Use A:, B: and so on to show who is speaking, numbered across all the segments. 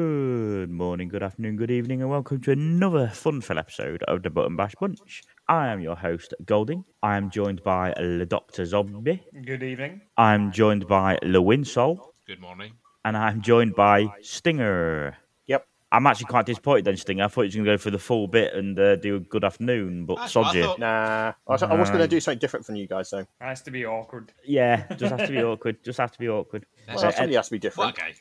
A: Good morning, good afternoon, good evening, and welcome to another fun-filled episode of the Button Bash Bunch. I am your host, Golding. I am joined by Le Doctor Zombie.
B: Good evening.
A: I'm joined by Le Winsol,
C: Good morning.
A: and I'm joined by Stinger.
D: Yep.
A: I'm actually quite disappointed then, Stinger. I thought you were going to go for the full bit and uh, do a good afternoon, but
C: That's what I
A: sod you.
C: thought.
D: Nah, I was, I was going
A: Nah.
D: to do something different from you guys though.
B: Nice to be awkward.
A: Yeah, just has to be awkward. Just has to be awkward.
C: That's
D: Well,
A: So,
C: it.
D: somebody has to be
C: What
D: different.
C: a guy.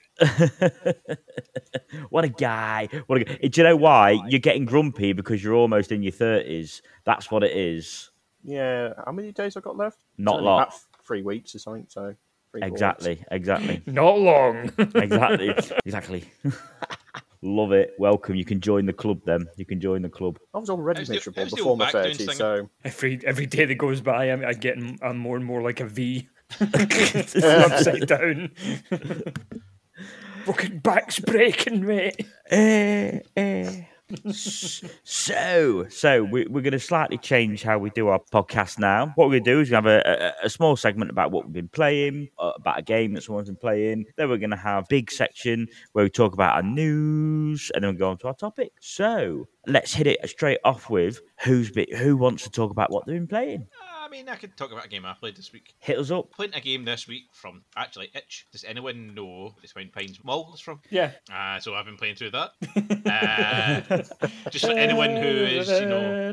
A: what a guy! What a guy. Do you know why you're getting grumpy because you're almost in your thirties? That's what it is.
D: Yeah, how many days I got left?
A: Not
D: It's only
A: lot.
D: about three weeks or something. So three, four weeks.
A: Exactly, exactly,
B: Not long.
A: exactly, exactly. Love it. Welcome. You can join the club then. You can join the club.
D: I was already
C: How's the-
D: miserable
C: how's the
D: before
C: old back
D: my
C: doing,
D: thirty.
C: Singer?
D: So
B: every every day that goes by, I'm, I'm getting I'm more and more like a V. It's upside down. Fucking back's breaking, mate.
A: Eh, eh. S- so, so we, we're going to slightly change how we do our podcast now. What we're going to do is we're going to have a, a, a small segment about what we've been playing, uh, about a game that someone's been playing. Then we're going to have a big section where we talk about our news, and then we go on to our topic. So let's hit it straight off with who's be, who wants to talk about what they've been playing.
C: I mean, I could talk about a game I played this week.
A: Hit us up.
C: Playing a game this week from actually Itch. Does anyone know it's when Pines Mall is from?
B: Yeah.
C: Uh, so I've been playing through that. Uh, just for anyone who is, you know,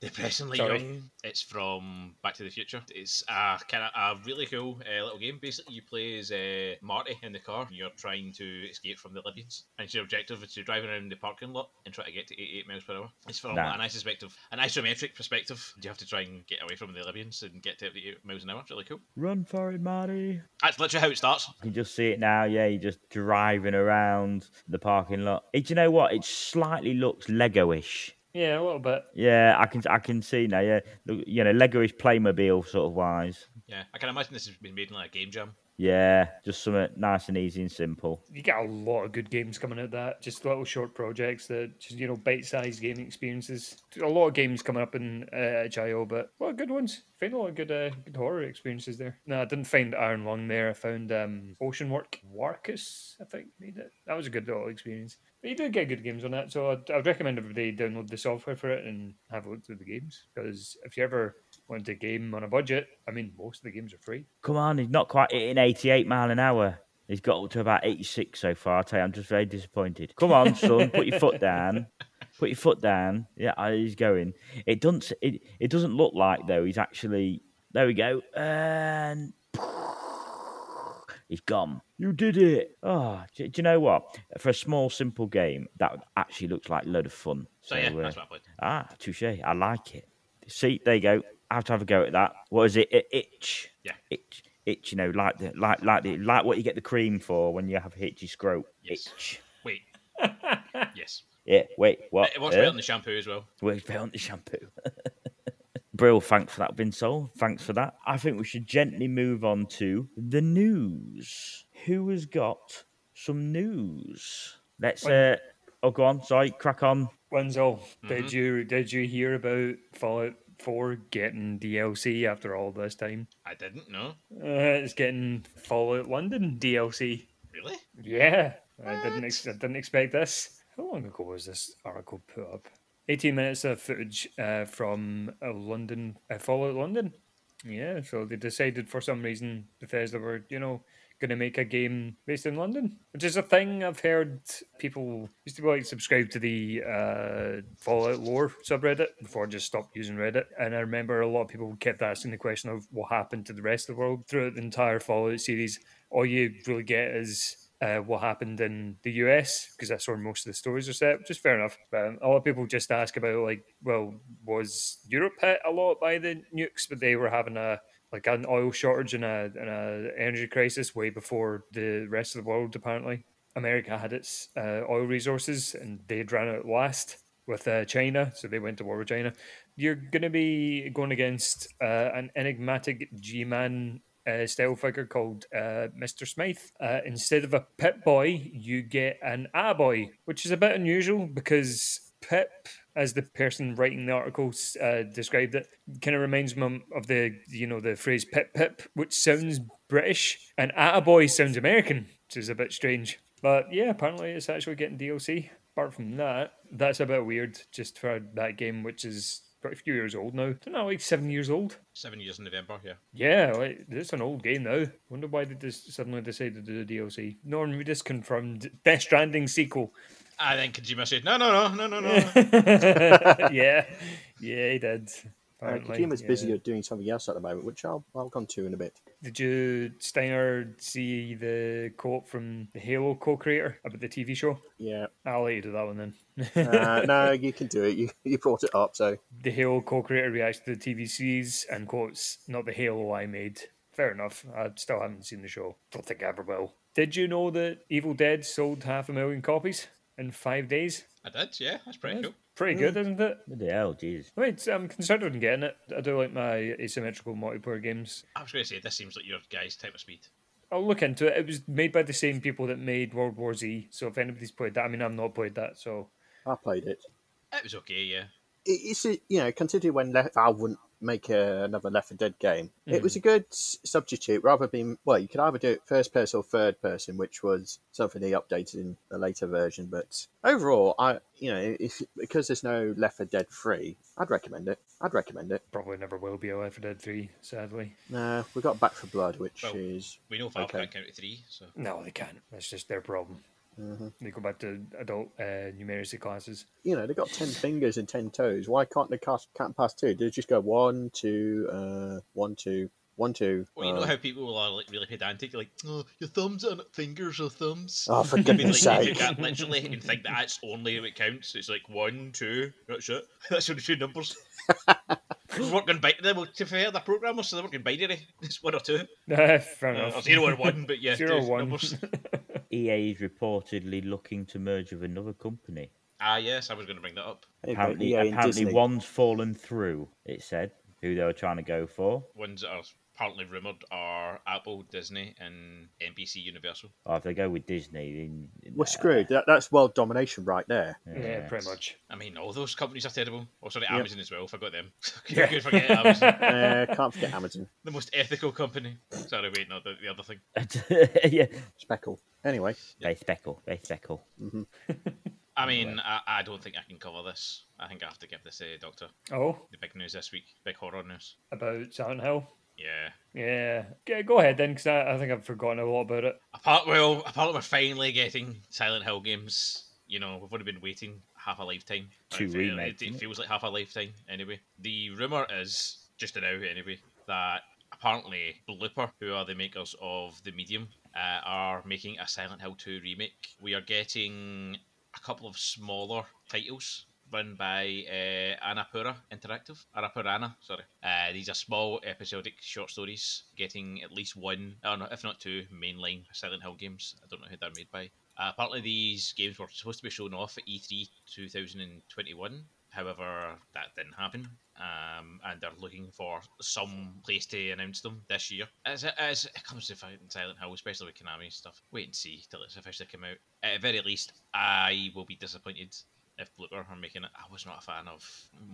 C: depressingly
B: Sorry.
C: young, it's from Back to the Future. It's a kind of a really cool uh, little game. Basically, you play as uh, Marty in the car. You're trying to escape from the Libyans, and your objective is to drive around the parking lot and try to get to 88 miles per hour. It's from
A: Nah.
C: an isospective, an isometric perspective. You have to try and get away from the Libyans and get to 88 miles an hour. It's really cool.
A: Run for it, Marty.
C: That's literally how it starts.
A: You can just see it now, yeah. You're just driving around the parking lot. Eh, Do you know what? It slightly looks Lego-ish.
B: Yeah, a little bit.
A: Yeah, I can I can see now. Yeah, Look, you know, Lego is Playmobil sort of wise.
C: Yeah, I can imagine this has been made in like a game jam.
A: Yeah, just something nice and easy and simple.
B: You get a lot of good games coming out of that. Just little short projects that just you know bite-sized gaming experiences. A lot of games coming up in uh, HIO, but a lot of good ones. Found a lot of good, uh, good horror experiences there. No, I didn't find Iron Lung there. I found um, Ocean Work Warkus. I think made it. That was a good little experience. But you do get good games on that, so I'd, I'd recommend everybody download the software for it and have a look through the games. Because if you ever want to game on a budget, I mean, most of the games are free.
A: Come on, he's not quite hitting 88 mile an hour. He's got up to about 86 so far. I tell you, I'm just very disappointed. Come on, son, put your foot down. Put your foot down. Yeah, ah, he's going. It doesn't. s- It, it doesn't look like though. He's actually. There we go. And He's gone. You did it. Oh, do, do you know what? For a small, simple game, that actually looks like a load of fun.
C: So yeah,
A: uh,
C: that's what I played.
A: ah, touche. I like it. See, there you go. I have to have a go at that. What is it? I- itch.
C: Yeah.
A: Itch. Itch. You know, like the like like the like what you get the cream for when you have a itchy scroat.
C: Yes.
A: Itch.
C: Wait, yes,
A: Yeah. Wait. What?
C: it works
A: Huh?
C: better than the shampoo as well.
A: Well, it's on the shampoo. Brill, thanks for that, Vinsol. Thanks for that. I think we should gently move on to the news. Who has got some news? Let's. Uh, oh, go on. Sorry, crack on.
B: Wenzel, did you did you hear about Fallout 4 getting DLC after all this time?
C: I didn't know.
B: Uh, it's getting Fallout London DLC.
C: Really?
B: Yeah, I didn't ex- I
C: What?
B: didn't expect this. How long ago was this article put up? 18 minutes of footage uh, from uh, London uh, Fallout London. Yeah, so they decided for some reason Bethesda were, you know, going to make a game based in London, which is a thing I've heard people used to like subscribe to the uh, Fallout lore subreddit before I just stopped using Reddit. And I remember a lot of people kept asking the question of what happened to the rest of the world throughout the entire Fallout series. All you really get is uh, what happened in the US because that's where most of the stories are set, which is fair enough. But um, a lot of people just ask about like, well, was Europe hit a lot by the nukes, but they were having a like an oil shortage and a and a energy crisis way before the rest of the world. Apparently, America had its uh, oil resources and they'd ran out last with uh, China, so they went to war with China. You're going to be going against uh, an enigmatic G-man uh, style figure called uh, Mr. Smythe. Uh, instead of a Pip Boy, you get an A Boy, which is a bit unusual because Pip, as the person writing the article s- uh, described it, kind of reminds me of the you know the phrase Pip Pip, which sounds British, and A Boy sounds American, which is a bit strange. But yeah, apparently it's actually getting DLC. Apart from that, that's a bit weird just for that game, which is quite a few years old now. Isn't that like seven years old?
C: Seven years in November, yeah.
B: Yeah, like, it's an old game now. Wonder why they just suddenly decided to do DLC. Norman Reedus confirmed Death Stranding sequel.
C: And then Kojima said, no, no, no, no, no, no.
B: yeah, yeah, he did.
D: Uh,
B: apparently,
D: Kojima's
B: yeah.
D: busy doing something else at the moment, which I'll, I'll come to in a bit.
B: Did you Steiner see the quote from the Halo co-creator about the TV show?
D: Yeah.
B: I'll let you do that one then.
D: Uh, no, you can do it. You, you brought it up, so
B: the Halo co-creator reacts to the TV series and quotes, "Not the Halo I made." Fair enough. I still haven't seen the show. Don't think I ever will. Did you know that Evil Dead sold half a million copies in five days?
C: I did, yeah. That's pretty cool.
B: Pretty good, isn't it?
A: What the hell, Jesus.
B: I mean, it's- I'm considering getting it. I do like my asymmetrical multiplayer games.
C: I was going to say, this seems like your guy's type of speed.
B: I'll look into it. It was made by the same people that made World War Z. So if anybody's played that, I mean, I've not played that. So
D: I played it.
C: It was okay, yeah.
D: it- it's a, you know considering when Left Valve wouldn't make a, another Left 4 Dead game, it
C: Mm.
D: was a good s- substitute rather than well, you could either do it first person or third person, which was something they updated in the later version. But overall, I you know if because there's no Left 4 Dead three, I'd recommend it. I'd recommend it.
B: probably never will be a Left 4 Dead 3, sadly.
D: No, we got Back for Blood, which
C: Well,
D: is
C: We know Valve
D: Okay.
C: can't count to three, so.
B: No, they can't. That's just their problem. They go back to adult uh, numeracy classes.
D: you know they got ten fingers and ten toes. Why can't they cast, can't pass two? They just go one two uh one two one two.
C: Well, you know
D: uh,
C: how people are like really pedantic, like oh, your thumbs and fingers are thumbs.
D: Oh, for
C: I mean, like,
D: goodness
C: you take
D: sake!
C: that literally and think that that's only what counts. It's like one, two, that's it. That's only two numbers. we weren't going to them. Well, to be fair, they're programmers, so they weren't going binary. It's one or two,
B: Fair
C: uh,
B: enough.
C: or zero or one. But yeah,
B: Zero
C: two
B: one.
C: numbers.
A: EA E is reportedly looking to merge with another company.
C: ah, yes, I was going to bring that up.
D: Hey,
A: Apparently,
D: EA and
A: apparently
D: Disney.
A: one's fallen through. It said who they were trying to go for.
C: Ones that are apparently rumored are Apple, Disney, and NBC Universal.
A: Oh, if they go with Disney, then uh,
D: We're screwed. That, that's world domination right there.
B: yeah, pretty much.
C: I mean, all those companies are terrible. Oh, sorry,
D: Yep.
C: Amazon as well. Forgot them.
B: Yeah.
C: yeah. could forget Amazon.
D: Uh, can't forget Amazon.
C: the most ethical company. Sorry, wait, no, the, the other thing.
A: yeah,
D: Speckle. Anyway,
A: they speckle, they speckle.
C: I mean, I, I don't think I can cover this. I think I have to give this a doctor.
B: Oh,
C: The big news this week, big horror news.
B: about Silent Hill.
C: Yeah.
B: Yeah, G- go ahead then, because I, I think I've forgotten a lot about it.
C: Apart, well, apart we're finally getting Silent Hill games. You know, we've only been waiting half a lifetime.
A: Two
C: Like,
A: remakes,
C: It, it
A: isn't it?
C: feels like half a lifetime, anyway. The rumor is just now, anyway, that apparently Blooper, who are the makers of the Medium, uh, are making a Silent Hill 2 remake. We are getting a couple of smaller titles run by uh, Annapurna Interactive. Annapurana, sorry. Uh, these are small episodic short stories, getting at least one, or no, if not two, mainline Silent Hill games. I don't know who they're made by. Uh, apparently, these games were supposed to be shown off at E E3 2021. However, that didn't happen, um, and they're looking for some place to announce them this year. As it, as it comes to fighting Silent Hill, especially with Konami stuff, wait and see till it's officially come out. At the very least, I will be disappointed if Blooper are making it. I was not a fan of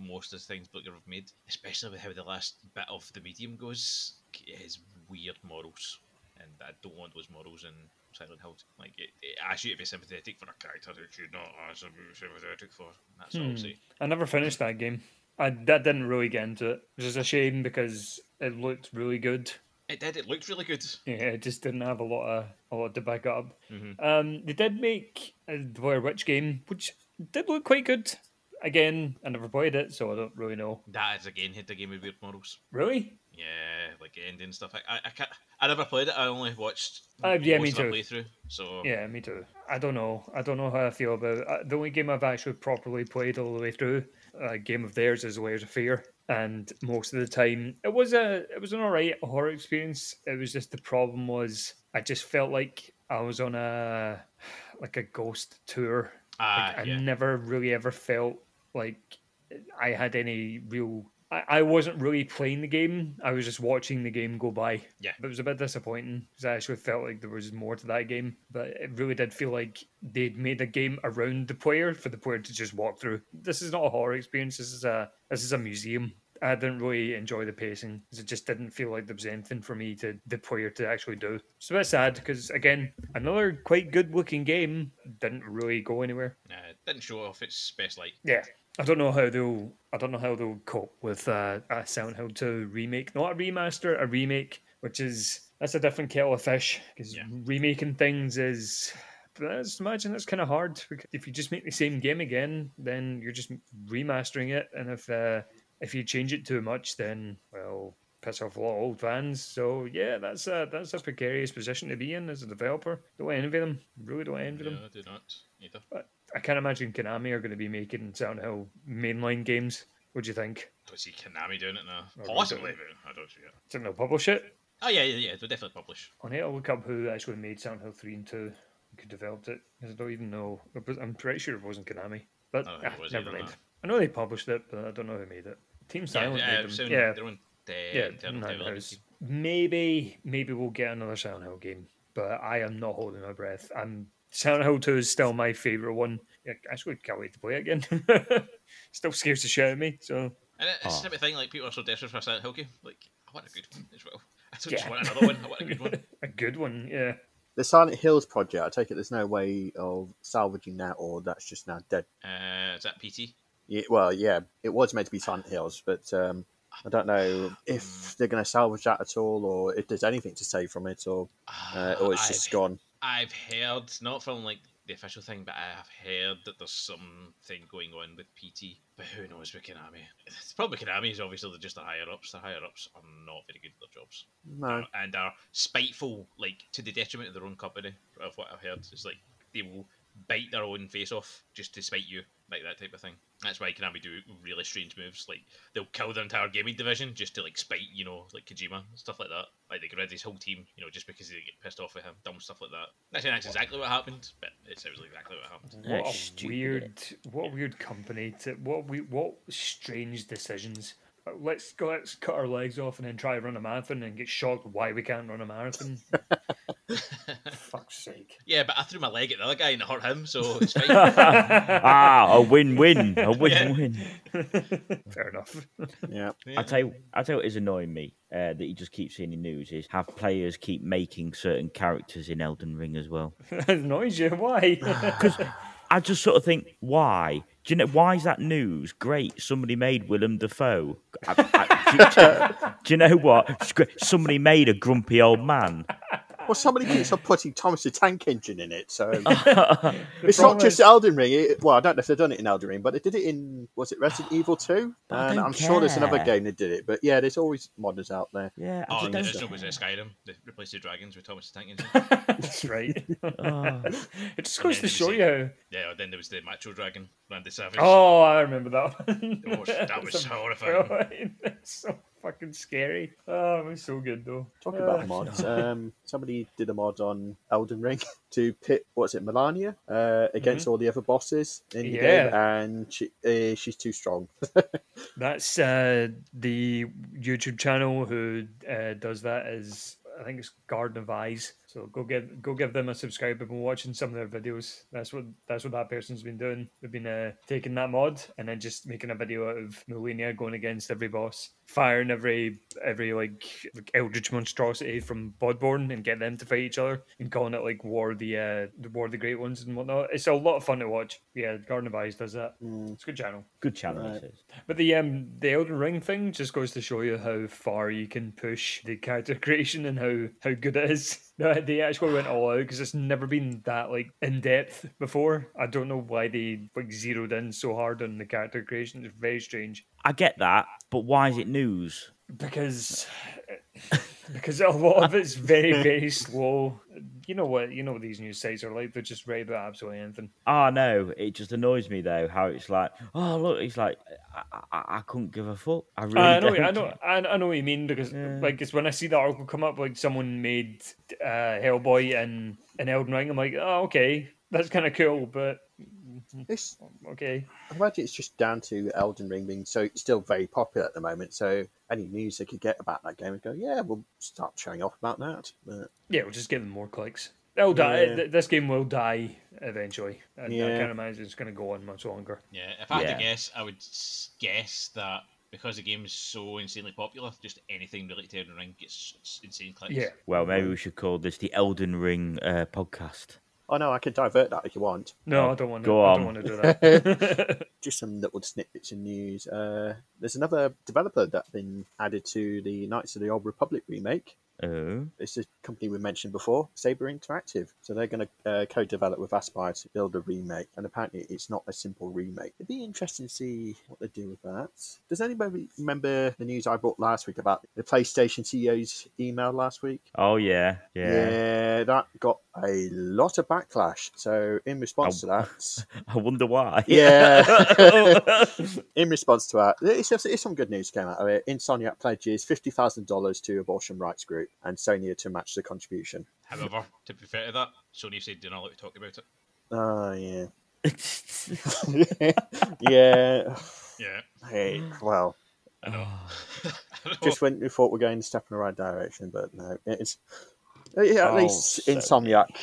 C: most of the things Blooper have made, especially with how the last bit of the medium goes. It has weird morals, and I don't want those morals in Silent Hill. Like, it, it asks you to be sympathetic for a character that you're not as sympathetic for. That's
B: Hmm.
C: all I'll say.
B: I never finished that game. I that didn't really get into it, which is a shame because it looked really good.
C: It did. It looked really good.
B: Yeah, it just didn't have a lot of a lot to back it up. Um, they did make a Blair Witch game, which did look quite good. Again, I never played it, so I don't really know.
C: That is again hit the game with weird models.
B: Really?
C: Yeah, like ending stuff. I, I, I can't. I never played it. I only watched
B: Uh, yeah, me
C: most of a
B: too.
C: playthrough. So
B: Yeah, me too. I don't know. I don't know how I feel about it. Uh, the only game I've actually properly played all the way through. A game of theirs is Layers of Fear, and most of the time it was a it was an alright horror experience. It was just the problem was I just felt like I was on a like a ghost tour.
C: Ah,
B: Like, I
C: yeah.
B: never really ever felt like I had any real. I, I wasn't really playing the game. I was just watching the game go by.
C: Yeah.
B: it was a bit disappointing because I actually felt like there was more to that game, but it really did feel like they'd made a game around the player for the player to just walk through. This is not a horror experience. This is a this is a museum. I didn't really enjoy the pacing 'cause it just didn't feel like there was anything for me to the player to actually do. It's a bit sad because again, another quite good looking game didn't really go anywhere.
C: Uh, didn't show off its best light.
B: Yeah. I don't know how they'll. I don't know how they'll cope with uh, a Silent Hill 2 remake, not a remaster, a remake, which is that's a different kettle of fish. Because
C: Yeah.
B: remaking things is, that's imagine that's kind of hard. because If you just make the same game again, then you're just remastering it, and if uh, if you change it too much, then well, piss off a lot of old fans. So yeah, that's a that's a precarious position to be in as a developer. Don't envy them. Really, don't envy them.
C: No, I do not either.
B: I can't imagine Konami are going to be making Silent Hill mainline games. What do you think?
C: Don't see Konami doing it now.
B: really
C: Possibly,
B: don't.
C: but I don't see it.
B: I think they'll publish it.
C: Oh yeah, yeah, yeah. They'll definitely publish.
B: I need to look up who actually made Silent Hill 3 and 2 and who developed it. 'cause I don't even know. It was- I'm pretty sure it wasn't Konami. But
C: I don't think it
B: ah,
C: was
B: never
C: either,
B: mind. I
C: no.
B: know they published it, but I don't know who made it. Team
C: Yeah,
B: Silent
C: uh,
B: made them.
C: so
B: yeah,
C: their own uh,
B: yeah,
C: internal
B: Night
C: development
B: House.
C: team.
B: Maybe, maybe we'll get another Silent Hill game, but I am not holding my breath. I'm Silent Hill Two is still my favorite one. I actually can't wait to play it again. still scares the shit out of me. So
C: And it-
B: Ah.
C: it's
A: Oh.
C: the type of thing like people are so desperate for a Silent Hill game. Like I want a good one as well. I don't
B: Yeah.
C: just want another one. I want a good one.
B: a good one, yeah.
D: The Silent Hills project, I take it there's no way of salvaging that, or that's just now dead.
C: Uh, is that PT?
D: Yeah, well, yeah, it was meant to be Silent Hills, but um, I don't know if they're going to salvage that at all, or if there's anything to say from it, or uh, or it's
C: Ah,
D: just
C: I've-
D: gone.
C: I've heard not from like the official thing, but I have heard that there's something going on with PT. But who knows with Konami? It's probably Konami is obviously they're just the higher ups. The higher ups are not very good at their jobs.
D: No,
C: and are spiteful, like to the detriment of their own company. Of what I've heard, it's like they will bite their own face off just to spite you, like that type of thing. That's why Konami do really strange moves. Like they'll kill their entire gaming division just to like spite, you know, like Kojima stuff like that. Like they could rid his whole team, you know, just because they get pissed off with him. Dumb stuff like that. Actually, that's exactly what happened, but it sounds like exactly what happened.
B: What a
A: That's stupid,
B: weird, what a weird company. To, what we, what strange decisions. Uh, Let's go. Let's cut our legs off and then try to run a marathon and get shocked why we can't run a marathon. Fuck's sake.
C: Yeah, but I threw my leg at the other guy and it hurt him, so it's fine.
A: ah, a win-win, a win-win.
B: Fair enough.
D: yeah,
A: I tell you, I tell you, what is annoying me uh, that you just keep seeing in news is have players keep making certain characters in Elden Ring as well.
B: that annoys you. Why?
A: I just sort of think, why? Do you know why is that news? Great, somebody made Willem Dafoe. I, I- do, you- do you know what? It's great, Somebody made a grumpy old man.
D: well, somebody keeps on putting Thomas the Tank Engine in it, so
B: Oh,
D: it's
B: problem
D: not just
B: is-
D: Elden Ring. It, well, I don't know if they've done it in Elden Ring, but they did it in was it Resident Evil Two?
A: I
D: And
A: don't
D: I'm sure there's another
A: care.
D: game that did it, but yeah, there's always modders out there.
A: Yeah, I
C: Oh,
A: just
C: and there's
A: don't-
C: no was it Skyrim. They replaced the dragons with Thomas the Tank Engine.
B: That's right.
A: Oh.
B: It just goes to
C: Yeah, did you
B: show
C: see-
B: you how.
C: Yeah, then there was the Macho Dragon, Randy Savage.
B: Oh, I remember that one.
C: That was- that was
B: It's a-
C: horrifying.
B: It's so fucking scary. Oh, it was so good though.
D: Talk
B: Uh,
D: about mods. Um, somebody did a mod on Elden Ring to pit what's it Melania uh, against
A: Mm-hmm.
D: all the other bosses in the game, and she uh, she's too strong.
B: That's uh, the YouTube channel who uh, does that is I think it's Garden of Eyes. So go give go give them a subscribe. I've been watching some of their videos. That's what that's what that person's been doing. They've been uh, taking that mod and then just making a video out of Melania going against every boss, firing every every like, like eldritch monstrosity from Bloodborne and get them to fight each other and calling it like War of the uh, the War of the Great Ones and whatnot. It's a lot of fun to watch. Yeah, Garden of Eyes does that. It's a good channel.
A: Good channel.
D: Right.
A: It is.
B: But the um the Elden Ring thing just goes to show you how far you can push the character creation and how how good it is. They they actually went all out because it's never been that like in depth before. I don't know why they like zeroed in so hard on the character creation. It's very strange
A: I get that, but why is it news?
B: because because a lot of it's very very slow. You know what you know what these news sites are like. They're just right about absolutely anything.
A: Ah, no, it just annoys me though how it's like. Oh, look, it's like I, I, I couldn't give a fuck. I really
B: I know,
A: don't.
B: I know, I, I know what you mean because like it's when I see that article come up, like someone made uh, Hellboy and and Elden Ring, I'm like, oh okay, that's kind of cool, but
A: Mm.
D: It's,
B: okay,
D: I imagine it's just down to Elden Ring being so it's still very popular at the moment. So any news they could get about that game and go, yeah, we'll start showing off about that. But
B: yeah, we'll just give them more clicks. They'll die.
D: Yeah.
B: th- this game will die eventually. And I
D: Yeah.
B: can't imagine it's going to go on much longer.
C: Yeah, if I had
A: Yeah.
C: to guess, I would s- guess that because the game's so insanely popular, just anything related to Elden Ring gets s- insane clicks.
B: Yeah.
A: Well, maybe we should call this the Elden Ring uh, podcast.
D: Oh no, I can divert that if you want.
B: No, I don't want to.
A: Go
B: I
A: on.
B: don't want to do that.
D: Just some little snippets of news. Uh, there's another developer that's been added to the Knights of the Old Republic remake.
A: Oh,
D: It's a company we mentioned before, Saber Interactive. So they're going to uh, co-develop with Aspire to build a remake, and apparently it's not a simple remake. It'd be interesting to see what they do with that. Does anybody remember the news I brought last week about the PlayStation CEO's email last week?
A: oh yeah, yeah.
D: that got a lot of backlash. So in response to that,
A: I wonder why.
D: yeah. in response to that, it's, just- it's some good news came out of it. Insomniac pledges fifty thousand dollars to abortion rights group, and Sony are to match the contribution.
C: However, to be fair to that, Sony said they're not allowed to talk about it.
D: Oh yeah, yeah.
C: Yeah,
D: Hey, well,
C: I
A: Ah.
C: know. I know.
D: just when we thought we're going to step in the right direction, but no, it's yeah, at
A: Oh,
D: least
A: Sony.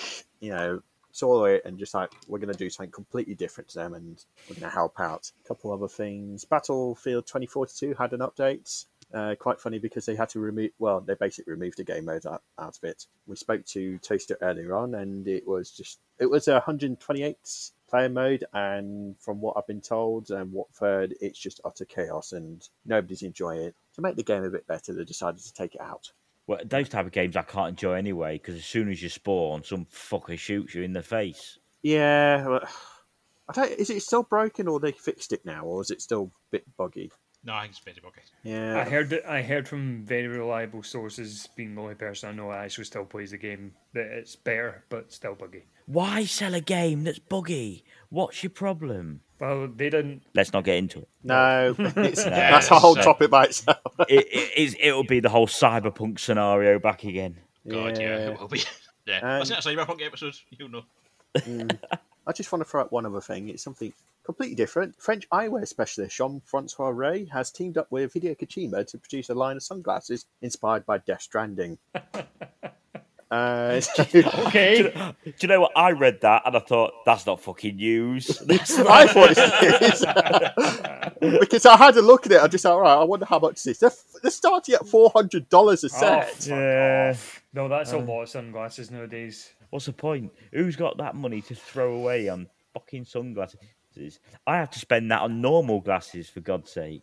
D: Insomniac, you know, saw it and just like we're going to do something completely different to them, and we're going to help out. A couple other things. Battlefield 2042 had an update. Uh, quite funny because they had to remove. Well, they basically removed the game mode out, out of it. We spoke to Toaster earlier on, and it was just it was a 128 player mode, and from what I've been told and what I've heard, it's just utter chaos, and nobody's enjoying it. To make the game a bit better, they decided to take it out.
A: well, those type of games I can't enjoy anyway because as soon as you spawn, some fucker shoots you in the face.
D: Yeah, but I don't. Is it still broken, or they fixed it now, or is it still a bit buggy?
C: no, I think it's Betty Bucket.
D: Yeah,
B: I heard that I heard from very reliable sources, being the only person I know that actually still plays the game, that it's better but still buggy.
A: Why sell a game that's buggy? What's your problem?
B: Well, they didn't.
A: Let's not get into it.
D: no, it's, that's a whole
C: so-
D: topic by itself.
A: it, it is, it'll be the whole cyberpunk scenario back again.
C: God, yeah,
D: Yeah.
C: it will be. Yeah,
D: Um,
C: listen to Cyberpunk episodes, you'll know.
D: mm. I just want to throw out one other thing. It's something completely different. French eyewear specialist Jean Francois Ray has teamed up with Hideo Kojima to produce a line of sunglasses inspired by Death Stranding. uh, so-
B: Okay.
A: Do you know what? I read that and I thought, that's not fucking news.
D: I thought it was because I had a look at it. I just thought, all right, I wonder how much this. They're, they're starting at four hundred dollars a
B: Oh,
D: set.
B: fuck
A: Yeah. Uh,
B: off. No, that's a lot of sunglasses nowadays.
A: What's the point? Who's got that money to throw away on fucking sunglasses? I have to spend that on normal glasses, for God's sake.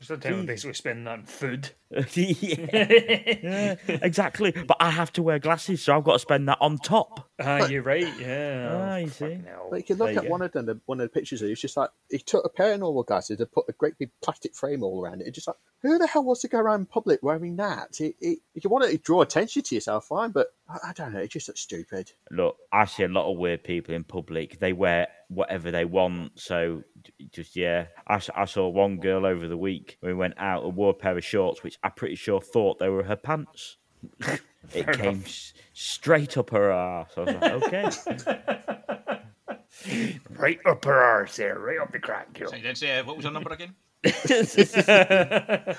B: Sometimes we basically spend that on food.
A: yeah, yeah, exactly. But I have to wear glasses, so I've got to spend that on top.
B: Ah, you're right. Yeah.
A: Ah, you
B: Oh, Fucking
A: see.
B: hell.
D: But you can look
A: There you
D: at
A: go.
D: one of them, the- one of the pictures. It's just like he took a pair of normal glasses and put a great big plastic frame all around it. It's just like who the hell wants to go around in public wearing that? It, it, if you want to draw attention to yourself, fine. But I, I don't know. It just looks stupid.
A: Look, I see a lot of weird people in public. They wear whatever they want. So j- just, yeah. I, s- I saw one girl over the week when we went out and wore a pair of shorts, which I'm pretty sure thought they were her pants. it came s- straight up her arse. I was like, okay.
B: Right up her arse there, right up the crack. you know.
C: So you did say, uh, what was her number again?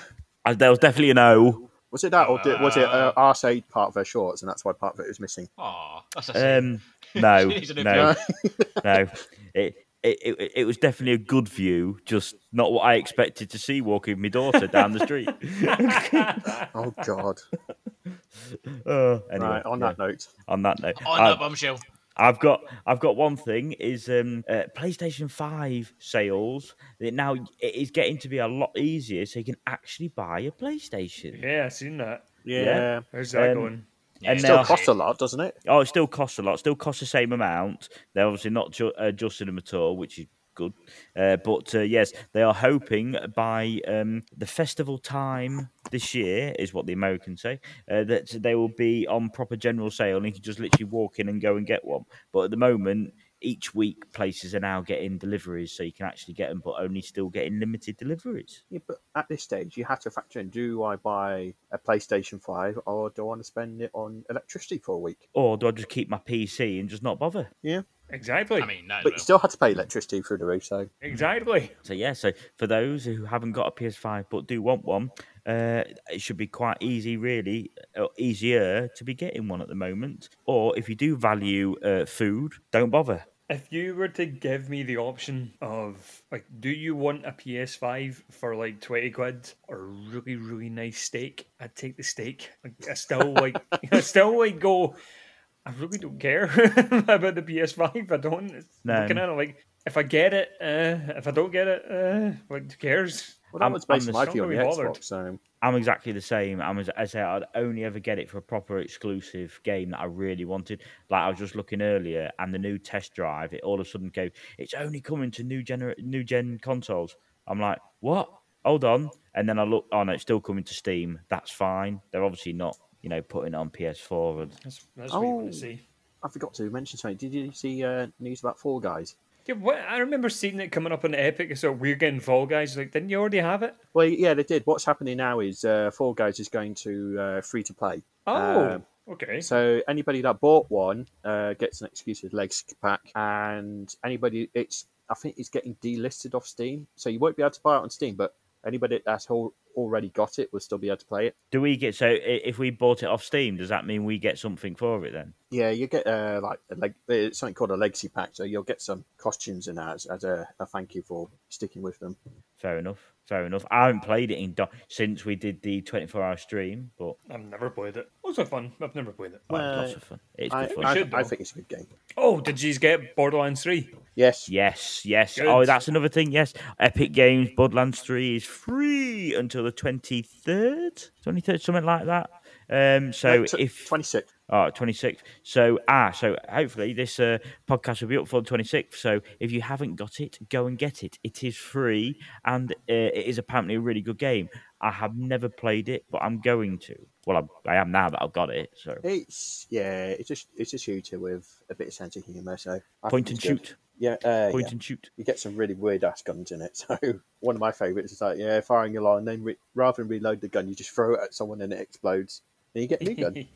A: Uh, There was definitely an O.
D: Was it that, or did, was it uh,
A: Ah.
D: arse eight part of her shorts, and that's why part of it was missing?
C: Aw, that's a shame.
A: Um, no,
C: He's an
A: no, no. It, it, it, it was definitely a good view, just not what I expected to see walking my daughter down the street.
D: Oh God!
A: Uh, anyway,
D: right. On
A: yeah,
D: that note,
A: on that note,
C: On
A: I-
C: that bombshell.
A: I've got I've got one thing is um, uh, PlayStation Five sales. That now it is getting to be a lot easier, so you can actually buy a PlayStation.
B: yeah, I seen that.
D: yeah.
A: Yeah.
B: Where's that
A: Um,
B: going?
A: And
D: Still
A: now-
D: costs a lot, doesn't it?
A: Oh, it still costs a lot. Still costs the same amount. They're obviously not ju- uh, adjusting them at all, which is good. Uh, but uh, yes, they are hoping by um, the festival time this year, is what the Americans say, uh, that they will be on proper general sale and you can just literally walk in and go and get one. But at the moment, each week places are now getting deliveries, so you can actually get them, but only still getting limited deliveries.
D: Yeah, but at this stage, you have to factor in: Do I buy a PlayStation Five, or do I want to spend it on electricity for a week?
A: Or do I just keep my PC and just not bother?
D: Yeah.
B: Exactly.
C: I mean, that
D: But you
C: as well.
D: still had to pay electricity through the roof, so
B: exactly.
A: So yeah, so for those who haven't got a PS5 but do want one, uh, it should be quite easy, really, or easier to be getting one at the moment. Or if you do value uh, food, don't bother.
B: If you were to give me the option of like, do you want a PS5 for like twenty quid or a really really nice steak? I'd take the steak. Like, I still like, I still like go. I really don't care about the PS5. I don't. It's
A: No.
B: Looking at it like, if I get it, uh, if I don't get it, uh, like who cares?
D: Well, that
A: I'm-
D: was based
A: I'm
D: my
B: just-
D: view on the
B: don't be bothered.
D: Xbox. So
A: I'm exactly the same. I'm as I say, I'd only ever get it for a proper exclusive game that I really wanted. Like I was just looking earlier, and the new test drive, it all of a sudden goes, it's only coming to new gener- new gen consoles. I'm like, what? Hold on, and then I look, oh no, it's still coming to Steam. That's fine. They're obviously not, you know, putting it on PS4. And
B: That's, that's what you want
D: Oh.
B: to see.
D: I forgot to mention something. Did you see uh, news about Fall Guys?
B: Yeah, what, I remember seeing it coming up on Epic. So we're getting Fall Guys. Like, didn't you already have it?
D: Well, yeah, they did. What's happening now is uh, Fall Guys is going to uh, free to play.
B: Oh, okay.
D: Uh, So anybody that bought one uh, gets an exclusive legs pack, and anybody it's I think it's getting delisted off Steam, so you won't be able to buy it on Steam. But anybody that's al- already got it will still be able to play it.
A: do we get so i- if we bought it off Steam, does that mean we get something for it then?
D: Yeah, you get uh, like a leg, it's something called a legacy pack, so you'll get some costumes and that as, as a, a thank you for sticking with them.
A: Fair enough. Fair enough. I haven't played it in do- since we did the 24 hour stream, but
B: I've never played it. Also fun. I've never played it.
A: oh, it's
D: Well,
A: lots of fun. It's
D: I,
A: good fun.
D: I,
B: should,
D: I
B: though.
D: think it's a good game.
B: Oh, did you get Borderlands 3?
D: Yes,
A: Yes, yes.
B: Good.
A: Oh, that's another thing. Yes, Epic Games Bloodlands Three is free until the twenty third, twenty third, something like that. Um, so
D: Like, t-
A: if
D: 26.
A: oh, 26th. So ah, so hopefully this uh, podcast will be up for the twenty sixth. So if you haven't got it, go and get it. It is free and uh, it is apparently a really good game. I have never played it, but I'm going to. Well, I'm, I am now that I've got it. So
D: It's yeah, it's a, sh- it's a shooter with a bit of sense of humour. So I
A: point and
D: think it's good.
A: shoot,
D: Yeah, uh,
A: point
D: yeah.
A: and shoot.
D: you get some really weird ass guns in it. So one of my favourites is like, yeah, firing a line, then re- rather than reload the gun, you just throw it at someone and it explodes, and you get a new gun.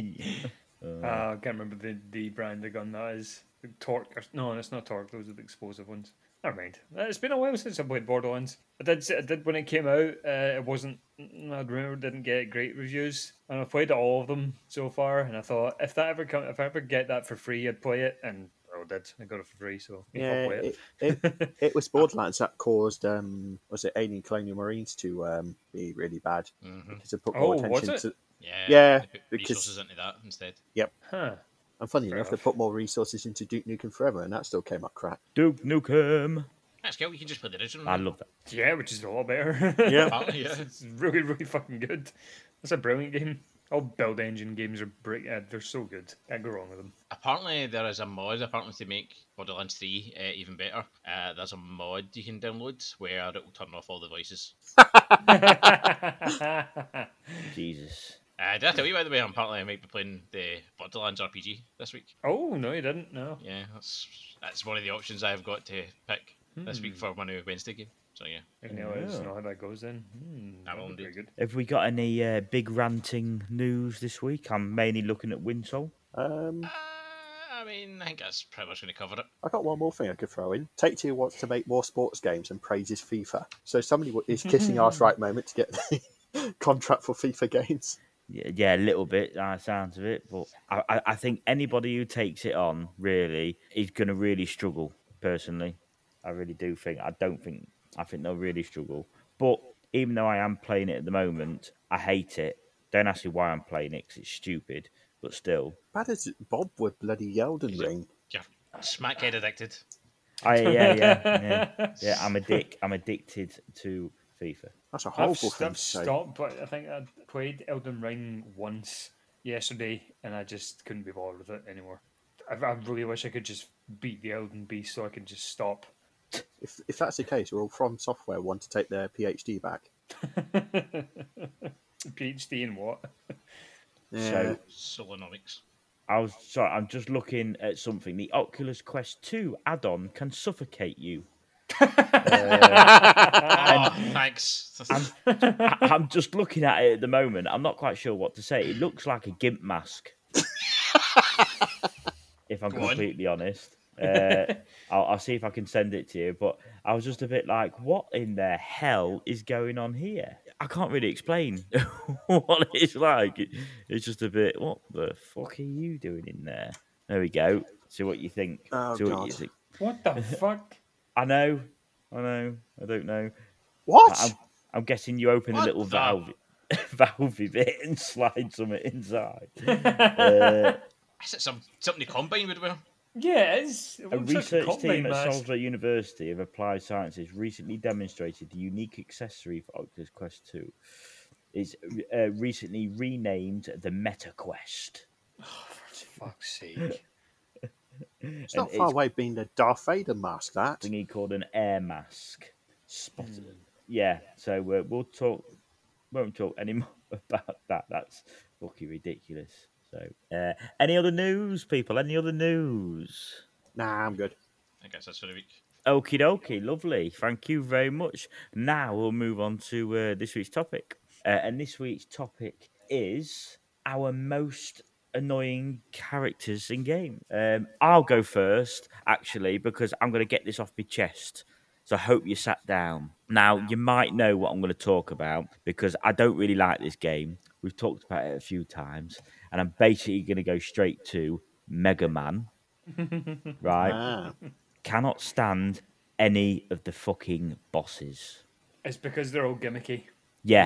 B: Uh, I can't remember the, the brand of gun that is. Torque. Or, no, it's not Torque. Those are the explosive ones. Never mind. Uh, It's been a while since I played Borderlands. I did. s- I did when it came out. Uh, it wasn't. I remember it didn't get great reviews, and I've played all of them so far. And I thought if that ever come, if I ever get that for free, I'd play it. And well, I did. I got it for free, so
D: Yeah,
B: I'll play
D: it, it, it was Borderlands that caused um, was it Alien Colonial Marines to um, be really bad
C: hmm
D: because it put more
B: Oh, was
D: attention
B: it?
D: to.
C: Yeah,
D: Yeah,
C: they put
D: because-
C: resources into that instead.
B: Huh.
D: And funny
B: Fair
D: enough,
B: enough.
D: they put more resources into Duke Nukem Forever, and that still came up crap.
A: Duke Nukem.
C: That's cool. You can just play the original.
A: I
C: now.
A: love that.
B: Yeah, which is a lot better.
D: Yeah.
C: Yeah.
B: it's really, really fucking good. That's a brilliant game. All build engine games are brick. Uh, they're so good. Can't go wrong with them.
C: Apparently, there is a mod. Apparently, to make Borderlands Three uh, even better, uh, there's a mod you can download where it will turn off all the voices.
A: Jesus.
C: Uh, did I tell you by the way? I'm apparently I might be playing the Borderlands RPG this week.
B: oh no, you didn't. No.
C: Yeah, that's that's one of the options I've got to pick this week for my new Wednesday game. So yeah,
B: I know. I just
A: Yeah.
B: know how that goes. Then. Hmm,
C: I
B: that'd
C: won't
B: be
C: do.
B: good.
A: Have we got any uh, big ranting news this week? I'm mainly looking at Winsol.
D: Um,
C: uh, I mean I think that's pretty much going to cover it.
D: I got one more thing I could throw in. Take Two wants to make more sports games and praises FIFA. So somebody w- is kissing ass right moment to get the contract for FIFA games.
A: Yeah, yeah, a little bit, uh, sounds of it. But I, I, I think anybody who takes it on really is going to really struggle. Personally, I really do think. I don't think. I think they'll really struggle. But even though I am playing it at the moment, I hate it. Don't ask me why I'm playing it 'cause it's stupid. But still,
D: Bad as Bob with bloody Elden Ring.
C: You're smackhead addicted.
A: I yeah yeah yeah, yeah I'm a dick. I'm addicted to FIFA.
D: That's a
B: I've,
D: horrible thing
B: I've
D: to say.
B: stopped, but I think I played Elden Ring once yesterday, and I just couldn't be bothered with it anymore. I, I really wish I could just beat the Elden Beast so I could just stop.
D: If, if that's the case, will From Software want to take their PhD back?
B: PhD in what?
A: So
C: Solonomics.
A: I was sorry, I'm just looking at something. The Oculus Quest 2 add on can suffocate you.
C: Oh, thanks.
A: I, I'm just looking at it at the moment. I'm not quite sure what to say. It looks like a GIMP mask, if I'm
C: Go on.
A: completely honest. Uh, I'll, I'll see if I can send it to you. But I was just a bit like, what in the hell is going on here? I can't really explain what it's like. It- it's just a bit, what the fuck are you doing in there? There we go. See what you think.
D: Oh,
A: See what
D: God.
A: you think.
B: What the fuck?
A: I know. I know. I don't know.
D: What?
A: I'm, I'm guessing you open a
C: What
A: little
C: the-
A: valve, valvey bit and slide something inside. Uh,
C: Is it some something to combine would wear?
B: Yeah, it's it
A: a
B: looks like
A: research
B: combine
A: team at
B: mask.
A: Salisbury University of Applied Sciences recently demonstrated the unique accessory for Oculus Quest 2. It's uh, recently renamed the Meta Quest.
B: Fuck's sake.
D: it's not
A: and
D: far
A: it's-
D: away being the Darth Vader mask, that.
A: thingy called an air mask. Spotted. Yeah, so uh, we'll talk. Won't talk anymore about that. That's fucking ridiculous. So, uh, any other news, people? Any other news?
D: Nah, I'm good.
C: I guess that's for the week.
A: Okie dokie, lovely. Thank you very much. Now we'll move on to uh, this week's topic. Uh, and this week's topic is our most annoying characters in game. Um, I'll go first, actually, because I'm going to get this off my chest. So I hope you sat down. Now, you might know what I'm going to talk about because I don't really like this game. We've talked about it a few times. And I'm basically going to go straight to Mega Man. right?
D: Ah,
A: cannot stand any of the fucking bosses.
B: It's because they're all gimmicky.
A: Yeah.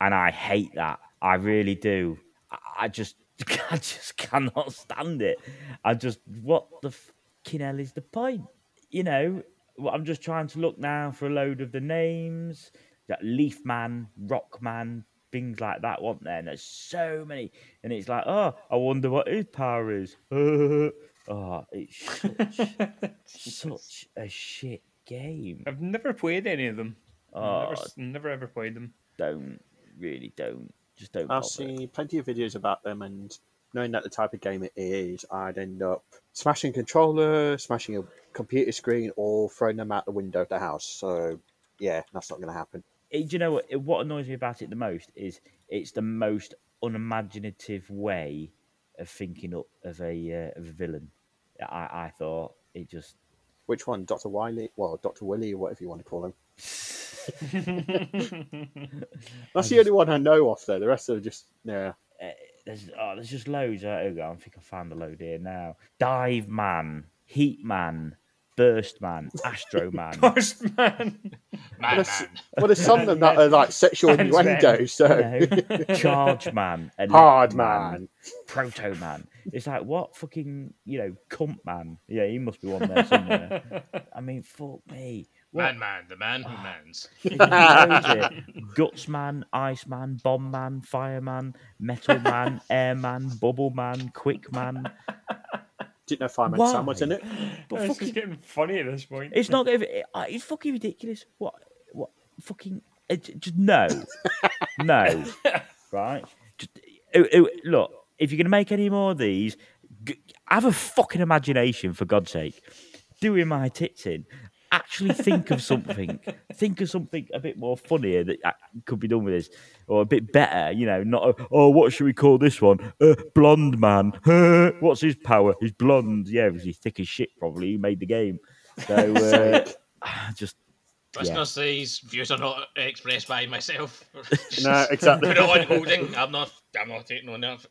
A: And I hate that. I really do. I, I just I just cannot stand it. I just what the fucking hell is the point? You know, well, I'm just trying to look now for a load of the names. That Leaf Man, Rock Man, things like that, weren't there? And there's so many. And it's like, oh, I wonder what his power is. oh, it's such, such a shit game.
B: I've never played any of them. I've
A: Oh,
B: never, s- never ever played them.
A: don't really don't just don't
D: I've
A: bother.
D: seen plenty of videos about them, and knowing that the type of game it is, I'd end up smashing controller, smashing a computer screen, or throwing them out the window of the house. So, yeah, that's not going to happen.
A: It- do you know what, it- what annoys me about it the most is it's the most unimaginative way of thinking up of a uh, of a villain. I, I thought it just
D: Which one, Doctor Wiley? Well, Doctor Willie, or whatever you want to call him. That's the only one I know off there. The rest are just yeah.
A: there's oh, there's just loads. Oh, here we go. I think I found a load here now. Dive man, heat man, burst man, astro man.
B: First man.
C: Man,
D: Well, there's,
C: man.
D: well, there's some of them that are like sexual
B: Thanks, Ben.
D: innuendo.
A: you
D: So
A: know, charge man, elect
D: hard man.
A: proto man. It's like what fucking you know, cunt man. Yeah, he must be one there somewhere. I mean, fuck me. What
C: Man, man, the man who mans.
A: is it? Guts man, ice man, bomb man, fireman, metal man, air man, bubble man, quick man.
D: Didn't know Fireman
A: Why?
D: Sam was in it.
A: But
B: This is
A: fucking,
B: getting funny at this point.
A: it's not. gonna be- uh, It's fucking ridiculous. What? What? Fucking. it j- Just no, no. Right. Just, ooh, ooh, look, if you're gonna make any more of these, g- have a fucking imagination for God's sake. Doing my tits in. Actually, think of something. think of something a bit more funnier that uh, could be done with this, or a bit better. You know, not uh, oh, what should we call this one? Uh, blonde man. What's his power? He's blonde. Yeah, because he's thick as shit. Probably he made the game. So uh, just
C: Listeners, these views are not expressed by myself.
D: No, exactly.
C: Put it on holding. I'm not. I'm not taking on that.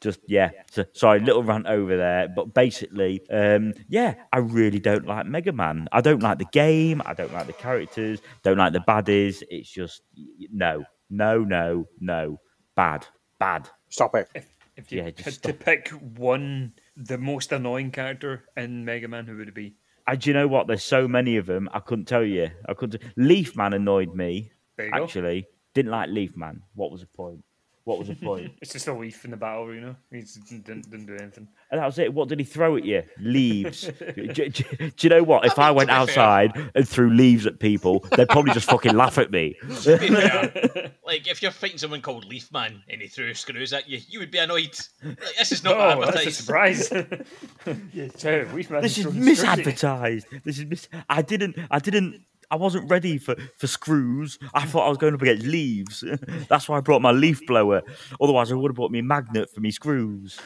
A: just yeah so, sorry little rant over there but basically um yeah i really don't like mega man i don't like the game i don't like the characters don't like the baddies it's just y- y- no no no no bad bad
D: Stop it.
B: If, if you
A: Yeah,
B: had
A: just
B: to
A: stop.
B: pick one, the most annoying character in Mega Man, who would it be?
A: and do you know what there's so many of them i couldn't tell you i couldn't leaf man annoyed me
B: There you go.
A: actually didn't like leaf man what was the point what was the point
B: It's just a leaf in the battle arena. He just didn't, didn't do anything.
A: And that was it. What did he throw at you? Leaves. do, do- do you know what? If I, went
C: to be fair-
A: outside and threw leaves at people, they'd probably just fucking laugh at me.
C: like if you're fighting someone called Leaf Man and he threw screws at you, you would be annoyed. Like, this is not
B: Oh, that's a
C: advertised.
B: surprise. So, Leaf Man
A: This is
B: throws a screw at you.
A: misadvertised. This is mis. I didn't. I didn't. I wasn't ready for, for screws. I thought I was going up against leaves. That's why I brought my leaf blower. Otherwise, I would have brought me magnet for me screws.